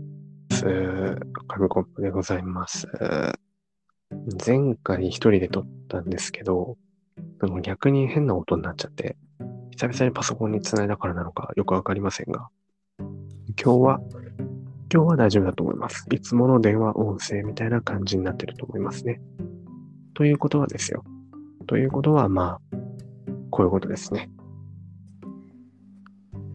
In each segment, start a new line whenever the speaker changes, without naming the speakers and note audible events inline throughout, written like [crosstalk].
。紙コップでございます。前回一人で撮ったんですけど、その逆に変な音になっちゃって、久々にパソコンにつないだからなのかよくわかりませんが、今日は、今日は大丈夫だと思います。いつもの電話音声みたいな感じになってると思いますね。ということはですよ。ということは、まあ、こういうことですね。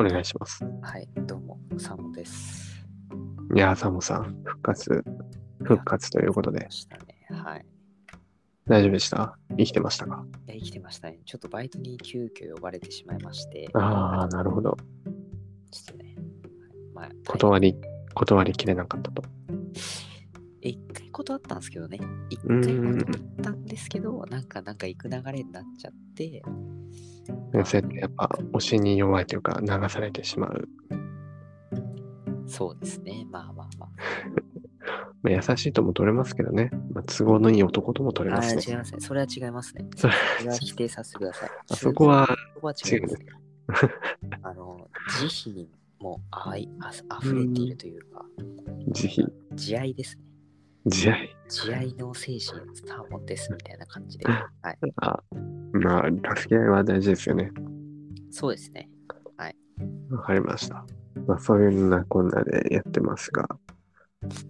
お願いします。
はい、どうも、サモです。
いやー、サモさん、復活、復活ということで
ま、したね。はい。
大丈夫でした生きてましたか
いや、生きてましたね。ちょっとバイトに急遽呼ばれてしまいまして、
ああ、なるほど。
ちょっとね、まあ、
断り、断りきれなかったと。
え一回断ったんですけどね。一
う
回
ん
断ったんですけど、なんか、なんか行く流れになっちゃって、
でそうやってやっぱ、推しに弱いというか、流されてしまう。
そうですね。まあまあま
まあ、優しいとも取れますけどね。まあ、都合のいい男とも取
あ。
れ
あ
ま
あ
す
ー、違い
ね。
ますね。それは違いますね。
それ
それは否定させてください。
あそこは、
そこは違いますね。あの、慈悲にも愛あ溢れているというか、
慈悲、
慈愛ですね。
慈愛。
慈愛の精神をサーモンですみたいな感じ
[laughs]
で。はい。
あまあ、助け合いは大事ですよね。
そうですね。
わかりました。まあ、そういうなこんなでやってますが、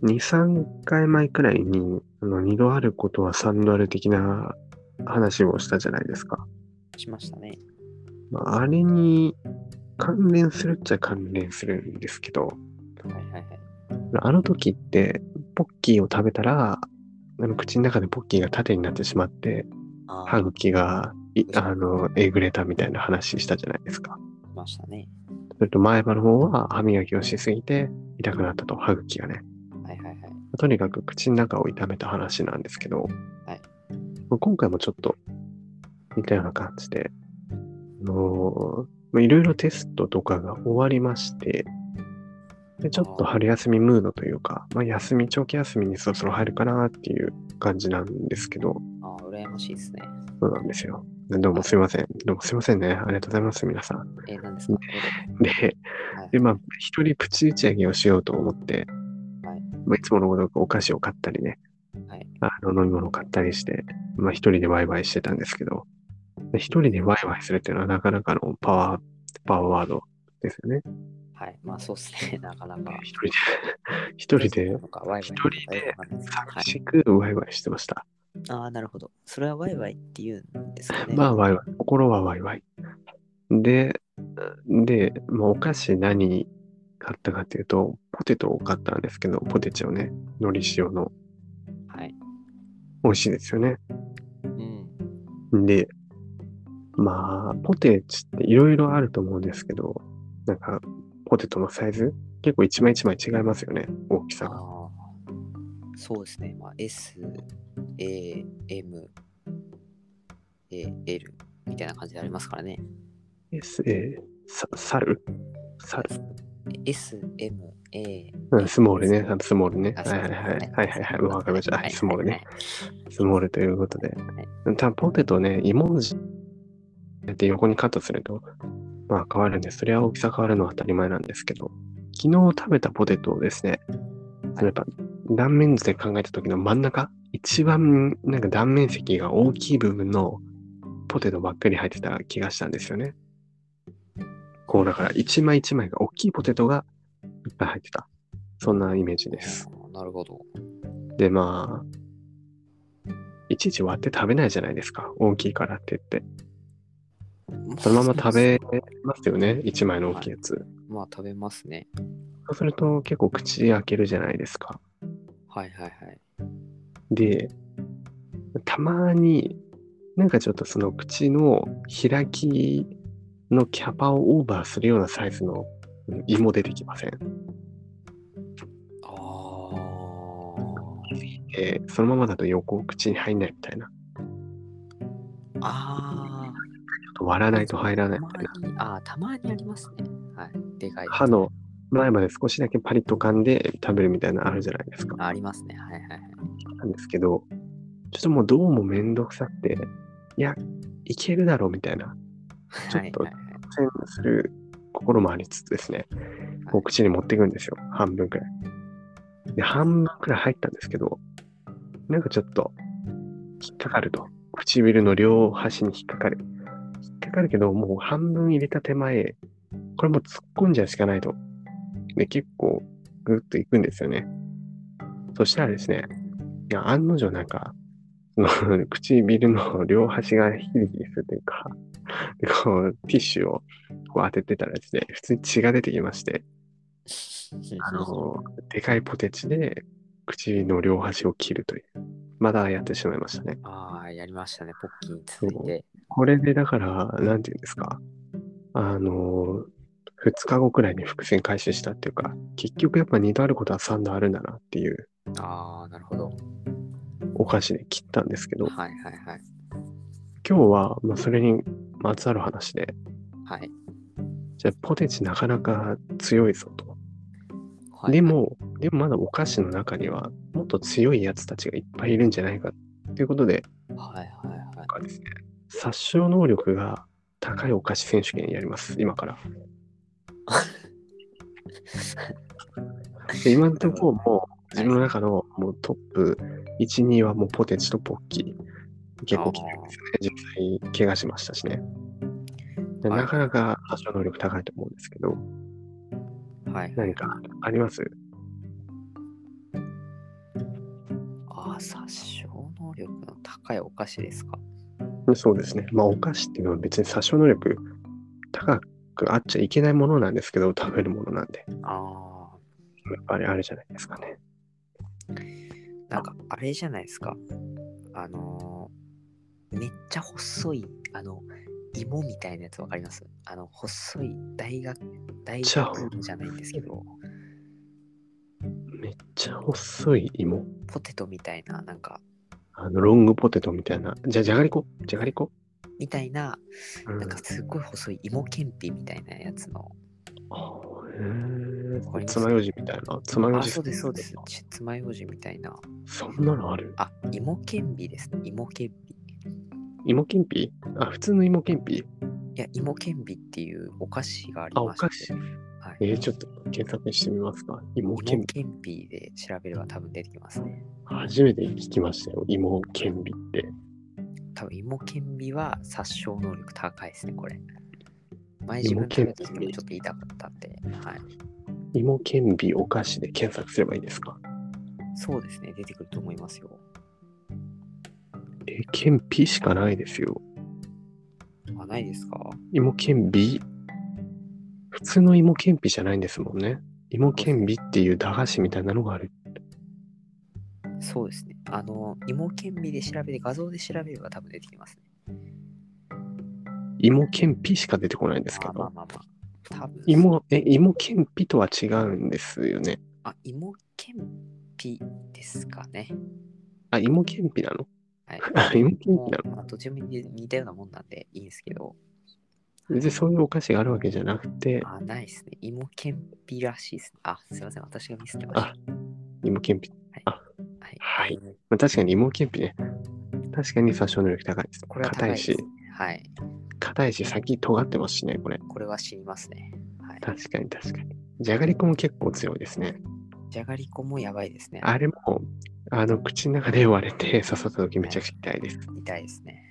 2、3回前くらいに、あの2度あることは3度ある的な話をしたじゃないですか。
しましたね。
まあ、あれに関連するっちゃ関連するんですけど、
はいはいはい。
あの時って、ポッキーを食べたら、あの口の中でポッキーが縦になってしまって、
ああ、
歯
し
茎がいあのえぐれたみたいな話したじゃないですか。
ましたね。
それと前歯の方は歯磨きをしすぎて痛くなったと、歯茎がね。
はいはいはい。
とにかく口の中を痛めた話なんですけど、
はい
まあ今回もちょっと似たような感じで、あのーまあいろいろテストとかが終わりまして、でちょっと春休みムードというか、まあ、休み、長期休みにそろそろ入るかなっていう感じなんですけど、
ああ、羨ましいですね。
そうなんですよ。でどうもすいません。どうもすいませんね。ありがとうございます、皆さん。
えー、何ですか
で、
はい
で、まあ、一人プチ打ち上げをしようと思って、
はい
まあ、いつものごとくお菓子を買ったりね、
はい
あの飲み物を買ったりして、まあ、一人でワイワイしてたんですけど、で一人でワイワイするっていうのはなかなかのパワー、パワーワードですよね。
はい。まあそうですね。な [laughs] かなか。
一人で、一人で
な、のかワイワイ
一
なの
人
か
で
よくわかんないすは
寂
い、
しくワイワイしてました。
ああ、なるほど。それはワイワイって言うんですかね。
まあ、ワイワイ。心はワイワイ。で、で、まあ、お菓子何買ったかっていうと、ポテトを買ったんですけど、ポテチをね、のり塩の
はい。
美味しいですよね。
うん。
で、まあ、ポテチっていろいろあると思うんですけど、なんか、ポテトのサイズ結構一枚一枚違いますよね、大き
あ
さが。
あ。そうですね。まあ S、A、M、A、L みたいな感じでありますからね。
S、えー、さ、猿猿
S、M、A、
うんスモールね、あのスモールね。
あ
はいはいはい。はいはいはい。わかりました。はい、スモールね。。ス
そう
モールということで。
はい
たポテトね、芋文字って横にカットすると、まあ変わるんです。それは大きさ変わるのは当たり前なんですけど、昨日食べたポテトをですね、そのやっぱ断面図で考えた時の真ん中、一番なんか断面積が大きい部分のポテトばっかり入ってた気がしたんですよね。こうだから一枚一枚が大きいポテトがいっぱい入ってた。そんなイメージ
で
です。
すねあーなるほど。
で、まあ、いちいち割って食べないじゃないですか。大きいからって言って。そのまま食べますよね。一枚の大きいやつ。
まあ食べますね。
そうすると結構口開けるじゃないですか。
はいはいはい。
で、たまになんかちょっとその口の開きのキャパをオーバーするようなサイズのうん芋出てきません。
あー
えーそのままだと横口に入んないみたいな。
あ
割らないと入ら
ー。
ない
た
み
ま
たいな。
に、あーたまにありますね。はい。でかい。
歯の前まで少しだけパリッと噛んで食べるみたいなのあるじゃないですか。
あ。ありますね。はいはいはい。
なんですけど、ちょっともうどうもめんどくさくて、いや、いけるだろうみたいな、ちょっと
はいはいはい
苦戦する心もありつつですね、こう口に持っていくんですよ、半分くらい。で、半分くらい入ったんですけど、なんかちょっと、引っかかると。唇の両端に引っかかる。引っかかるけど、もう半分入れた手前、これもう突っ込んじゃうしかないと。で、結構、ぐっといくんですよね。そしたらですね、いや案の定なんか、その [laughs] 唇の両端がヒリヒリするというか、でこう、ティッシュをこう当ててたらですね、普通に血が出てきまして、あの、でかいポテチで口の両端を切るという。まだやってしまいましたね。
ああ、やりましたね、ポッキーに続いて。
これでだから、なんていうんですか。あの、2日後くらいに伏線回収したっていうか、結局やっぱ2度あることは3度あるんだなっていう
ああ、なるほど。
お菓子で切ったんですけど、
はいはいはい。
今日はまあそれにまつわる話で、
はい。
じゃあポテチなかなか強いぞと。
はい
で、も、でもまだお菓子の中にはもっと強いやつたちがいっぱいいるんじゃないかっていうことで、
はいはいはい。
僕はですね、殺傷能力が高いお菓子選手権やります、今
[laughs]
から。で今のところもう自分の中のもうトップ1、2はもうポテチとポッキー。結構きてるんですよね。実際、怪我しましたしね。で
はい
なかなか殺傷能力高いと思うんですけど、
はい。
何かあります
ああ、殺傷能力の高いお菓子ですか。
そうですね。まあ、お菓子っていうのは別に殺傷能力高くあっちゃいけないものなんですけど、食べるものなんで。
ああ、
やっぱりあれじゃないですかね。
なんかあれじゃないですか。あのーめっちゃ細い、あの、芋みたいなやつわかりますあの、細い大学、大
ちゃう
学芋じゃないんですけど、
めっちゃ細い芋。
ポテトみたいな、なんか、
あの、ロングポテトみたいな。じゃ、じゃがりこじゃがりこ、
みたいな、
うん、
なんかすごい細い芋けんぴみたいなやつの、
あ
わか
へ
り
え。
ます
つまようじみたいな。つまよう
あ、
じ。
そうです、そうです。ちつまようじみたいな。
そんなのある
あ、芋けんぴですね。芋けんぴ。
芋けんぴあ、普通の芋けんぴ
いや、芋けんぴっていうお菓子があり
あ、お
ま
菓
して
子。
はい、
えー、ちょっと検索してみますか。芋けん
芋
ぴ。
けんぴで調べれば多分出てきますね。
初めて聞きましたよ。芋けんぴって。
多分芋けんぴは殺傷能力高いですね、これ。前自分食べた時もちょっと言いたかったんで、はい。
芋けんぴお菓子で検索すればいいですか
そうですね、出てくると思いますよ。
えー、けんぴしかないですよ。
あ、ないですか
芋けんぴ普通の芋けんぴじゃないんですもんね。芋けんぴっていう駄菓子みたいなのがある。
そうですね。あの、芋けんぴで調べて、画像で調べれば多分出てきますね。
芋けんぴしか出てこないんですけ
まあまあ
ど。
まあまあ。多分
芋、え、芋けんぴとは違うんですよね。
あ、芋けんぴですかね。
あ、芋けんぴなの
はい。
[laughs] あ、芋けんぴ
も
な
う、まあ、どっちも似似たようなもんなんでいいんですけど、
の別にそういうお菓子があるわけじゃなくて、
あ、ないですね。芋けんぴらしいですね。あ、すいません。私がミスってました。
あ芋けんぴ。
はい。
はい
うん
まあ、確かに芋けんぴね。確かに殺傷能力高いです。
これは高
硬
い
い
です、
し
ね。、はい。
硬いし、先尖ってますしね、これ。
これは死にますね。はい。
確かに確かに。じゃがりこも結構強いですね。
じゃがりこもやばいですね。
あれも、あの、口の中で割れて刺 [laughs] さった時めちゃくちゃ痛いです。
痛いですね。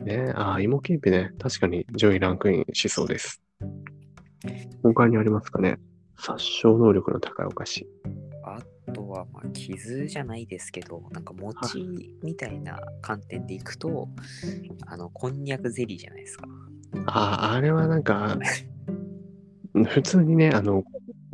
ね、ああ、芋けんぴね。確かに上位ランクインしそうです。他にありますかね殺傷能力の高いお菓子。
あとは、まあ、傷じゃないですけど、なんか餅みたいな観点でいくと、あの、こんにゃくゼリーじゃないですか。
ああ、あれはなんか、 [laughs] 普通にね、あの、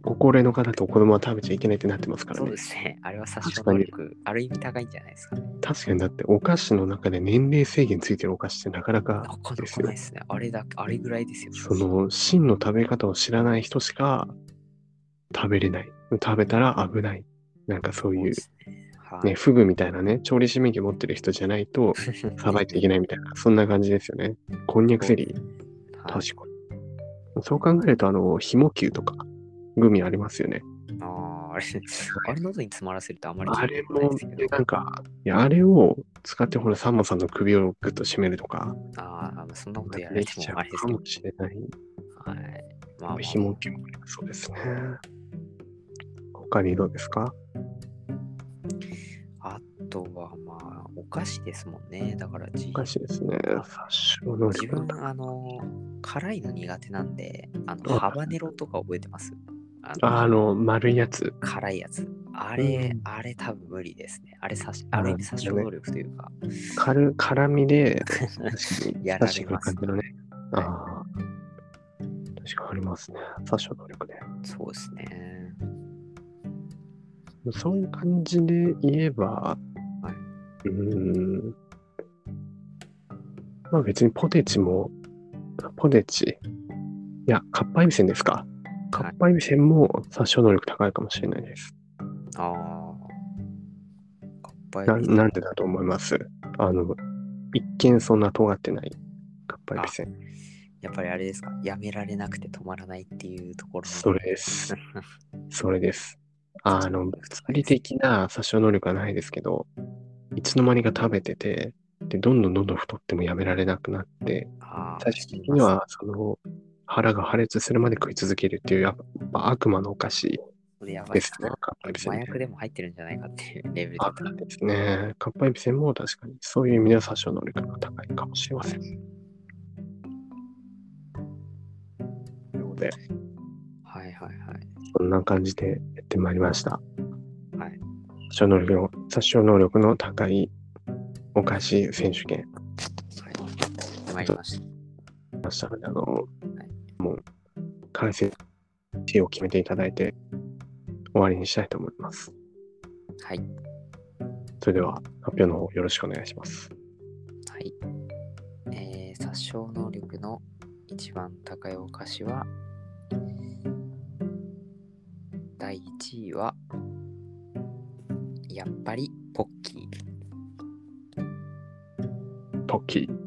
ご高齢の方と子供は食べちゃいけないってなってますから
そう
ね
で。すね。あれは殺傷
確か
能
に
力、ある意味高いんじゃないですかね。
確かにだってお菓子の中で年齢制限ついてるお菓子ってなかな
な
か
かな
です
か
よ
ないですね。あれだけ、あれぐらいですよ。
その真の食べ方を知らない人しか食べれない。食べたら危ない。なんかそういう
で、すね。はい。
ね、フグみたいなね、調理師免許持ってる人じゃないとさばいていけないみたいな、そんな感じですよね。こんにゃくゼリー、
[laughs] はい
確かに。そう考えると、あの、ひも球とか、グミありますよね。
あーあれ、あれ喉に詰まらせるとあんまり
あ
聞
れ
いたことない
も
ですけ、ど。
なんか、いやあれを使って、ほら、サンマさんの首をぐっと締めるとか、
ああ、そんなことやら
で
れ
き
て
ちゃ
も
う
あれです
か
けど
も。しれない。
はい。まあまあ、
ひも球もありますそうですね。他にどうですか
とはまあ、お菓子ですもんね。だから自
おかしいですね。殺傷能
自
力なん
分
だ。、
あの、辛いの苦手なんで、あの、
あ
ハバネロとか覚えてますあの
あの、丸いやつ。
辛いやつ。あれ、
うん
あれ多分無理ですね。あれさし、ある意味殺傷能力というか、
軽、辛みで、確かに、
[laughs] やられます
刺してくる感じのね。ああ。確かにありますね。殺傷能力ね。
そうですね。
そういう感じで言えば、
はいう
ーん。まあ別にポテチも、ポテチ、いや、かっぱえびせんですか。かっぱえびせんも殺傷能力高いかもしれないです。
ああ。かっぱ
な
えびせん
なんでだと思いますあの、一見そんな尖ってないかっぱえびせん。
やっぱりあれですか、やめられなくて止まらないっていうところの。
それです。それです。あの、物理的な殺傷能力はないですけど、いつの間にか食べてて、で、どんどんどんどん太ってもやめられなくなって、
[laughs] あー
最終的に、はその腹が破裂するまで食い続けるっていうやっぱ悪魔のお菓子
それやばい
で
ですす
ね
ね。。
カッパエビセン
麻
ね。
薬でも入ってるんじゃないかっていうレベルだ
悪
と。
魔ですね。カッパエビセンも確かにそういう意味では殺傷能力が高いかもしれません。ということで、
はいはいはい。
そんな感じでやってまいりました。
はい。
殺傷能力の殺傷能力の高いお菓子選手権
はい。参りました。
しましたので、あの、もう解説を決めていただいて終わりにしたいと思います。
はい。
それでは発表の方よろしくお願いします。
はい。えー、殺傷能力の一番高いお菓子は、第1位は、やっぱりポッキー。
ポッキー。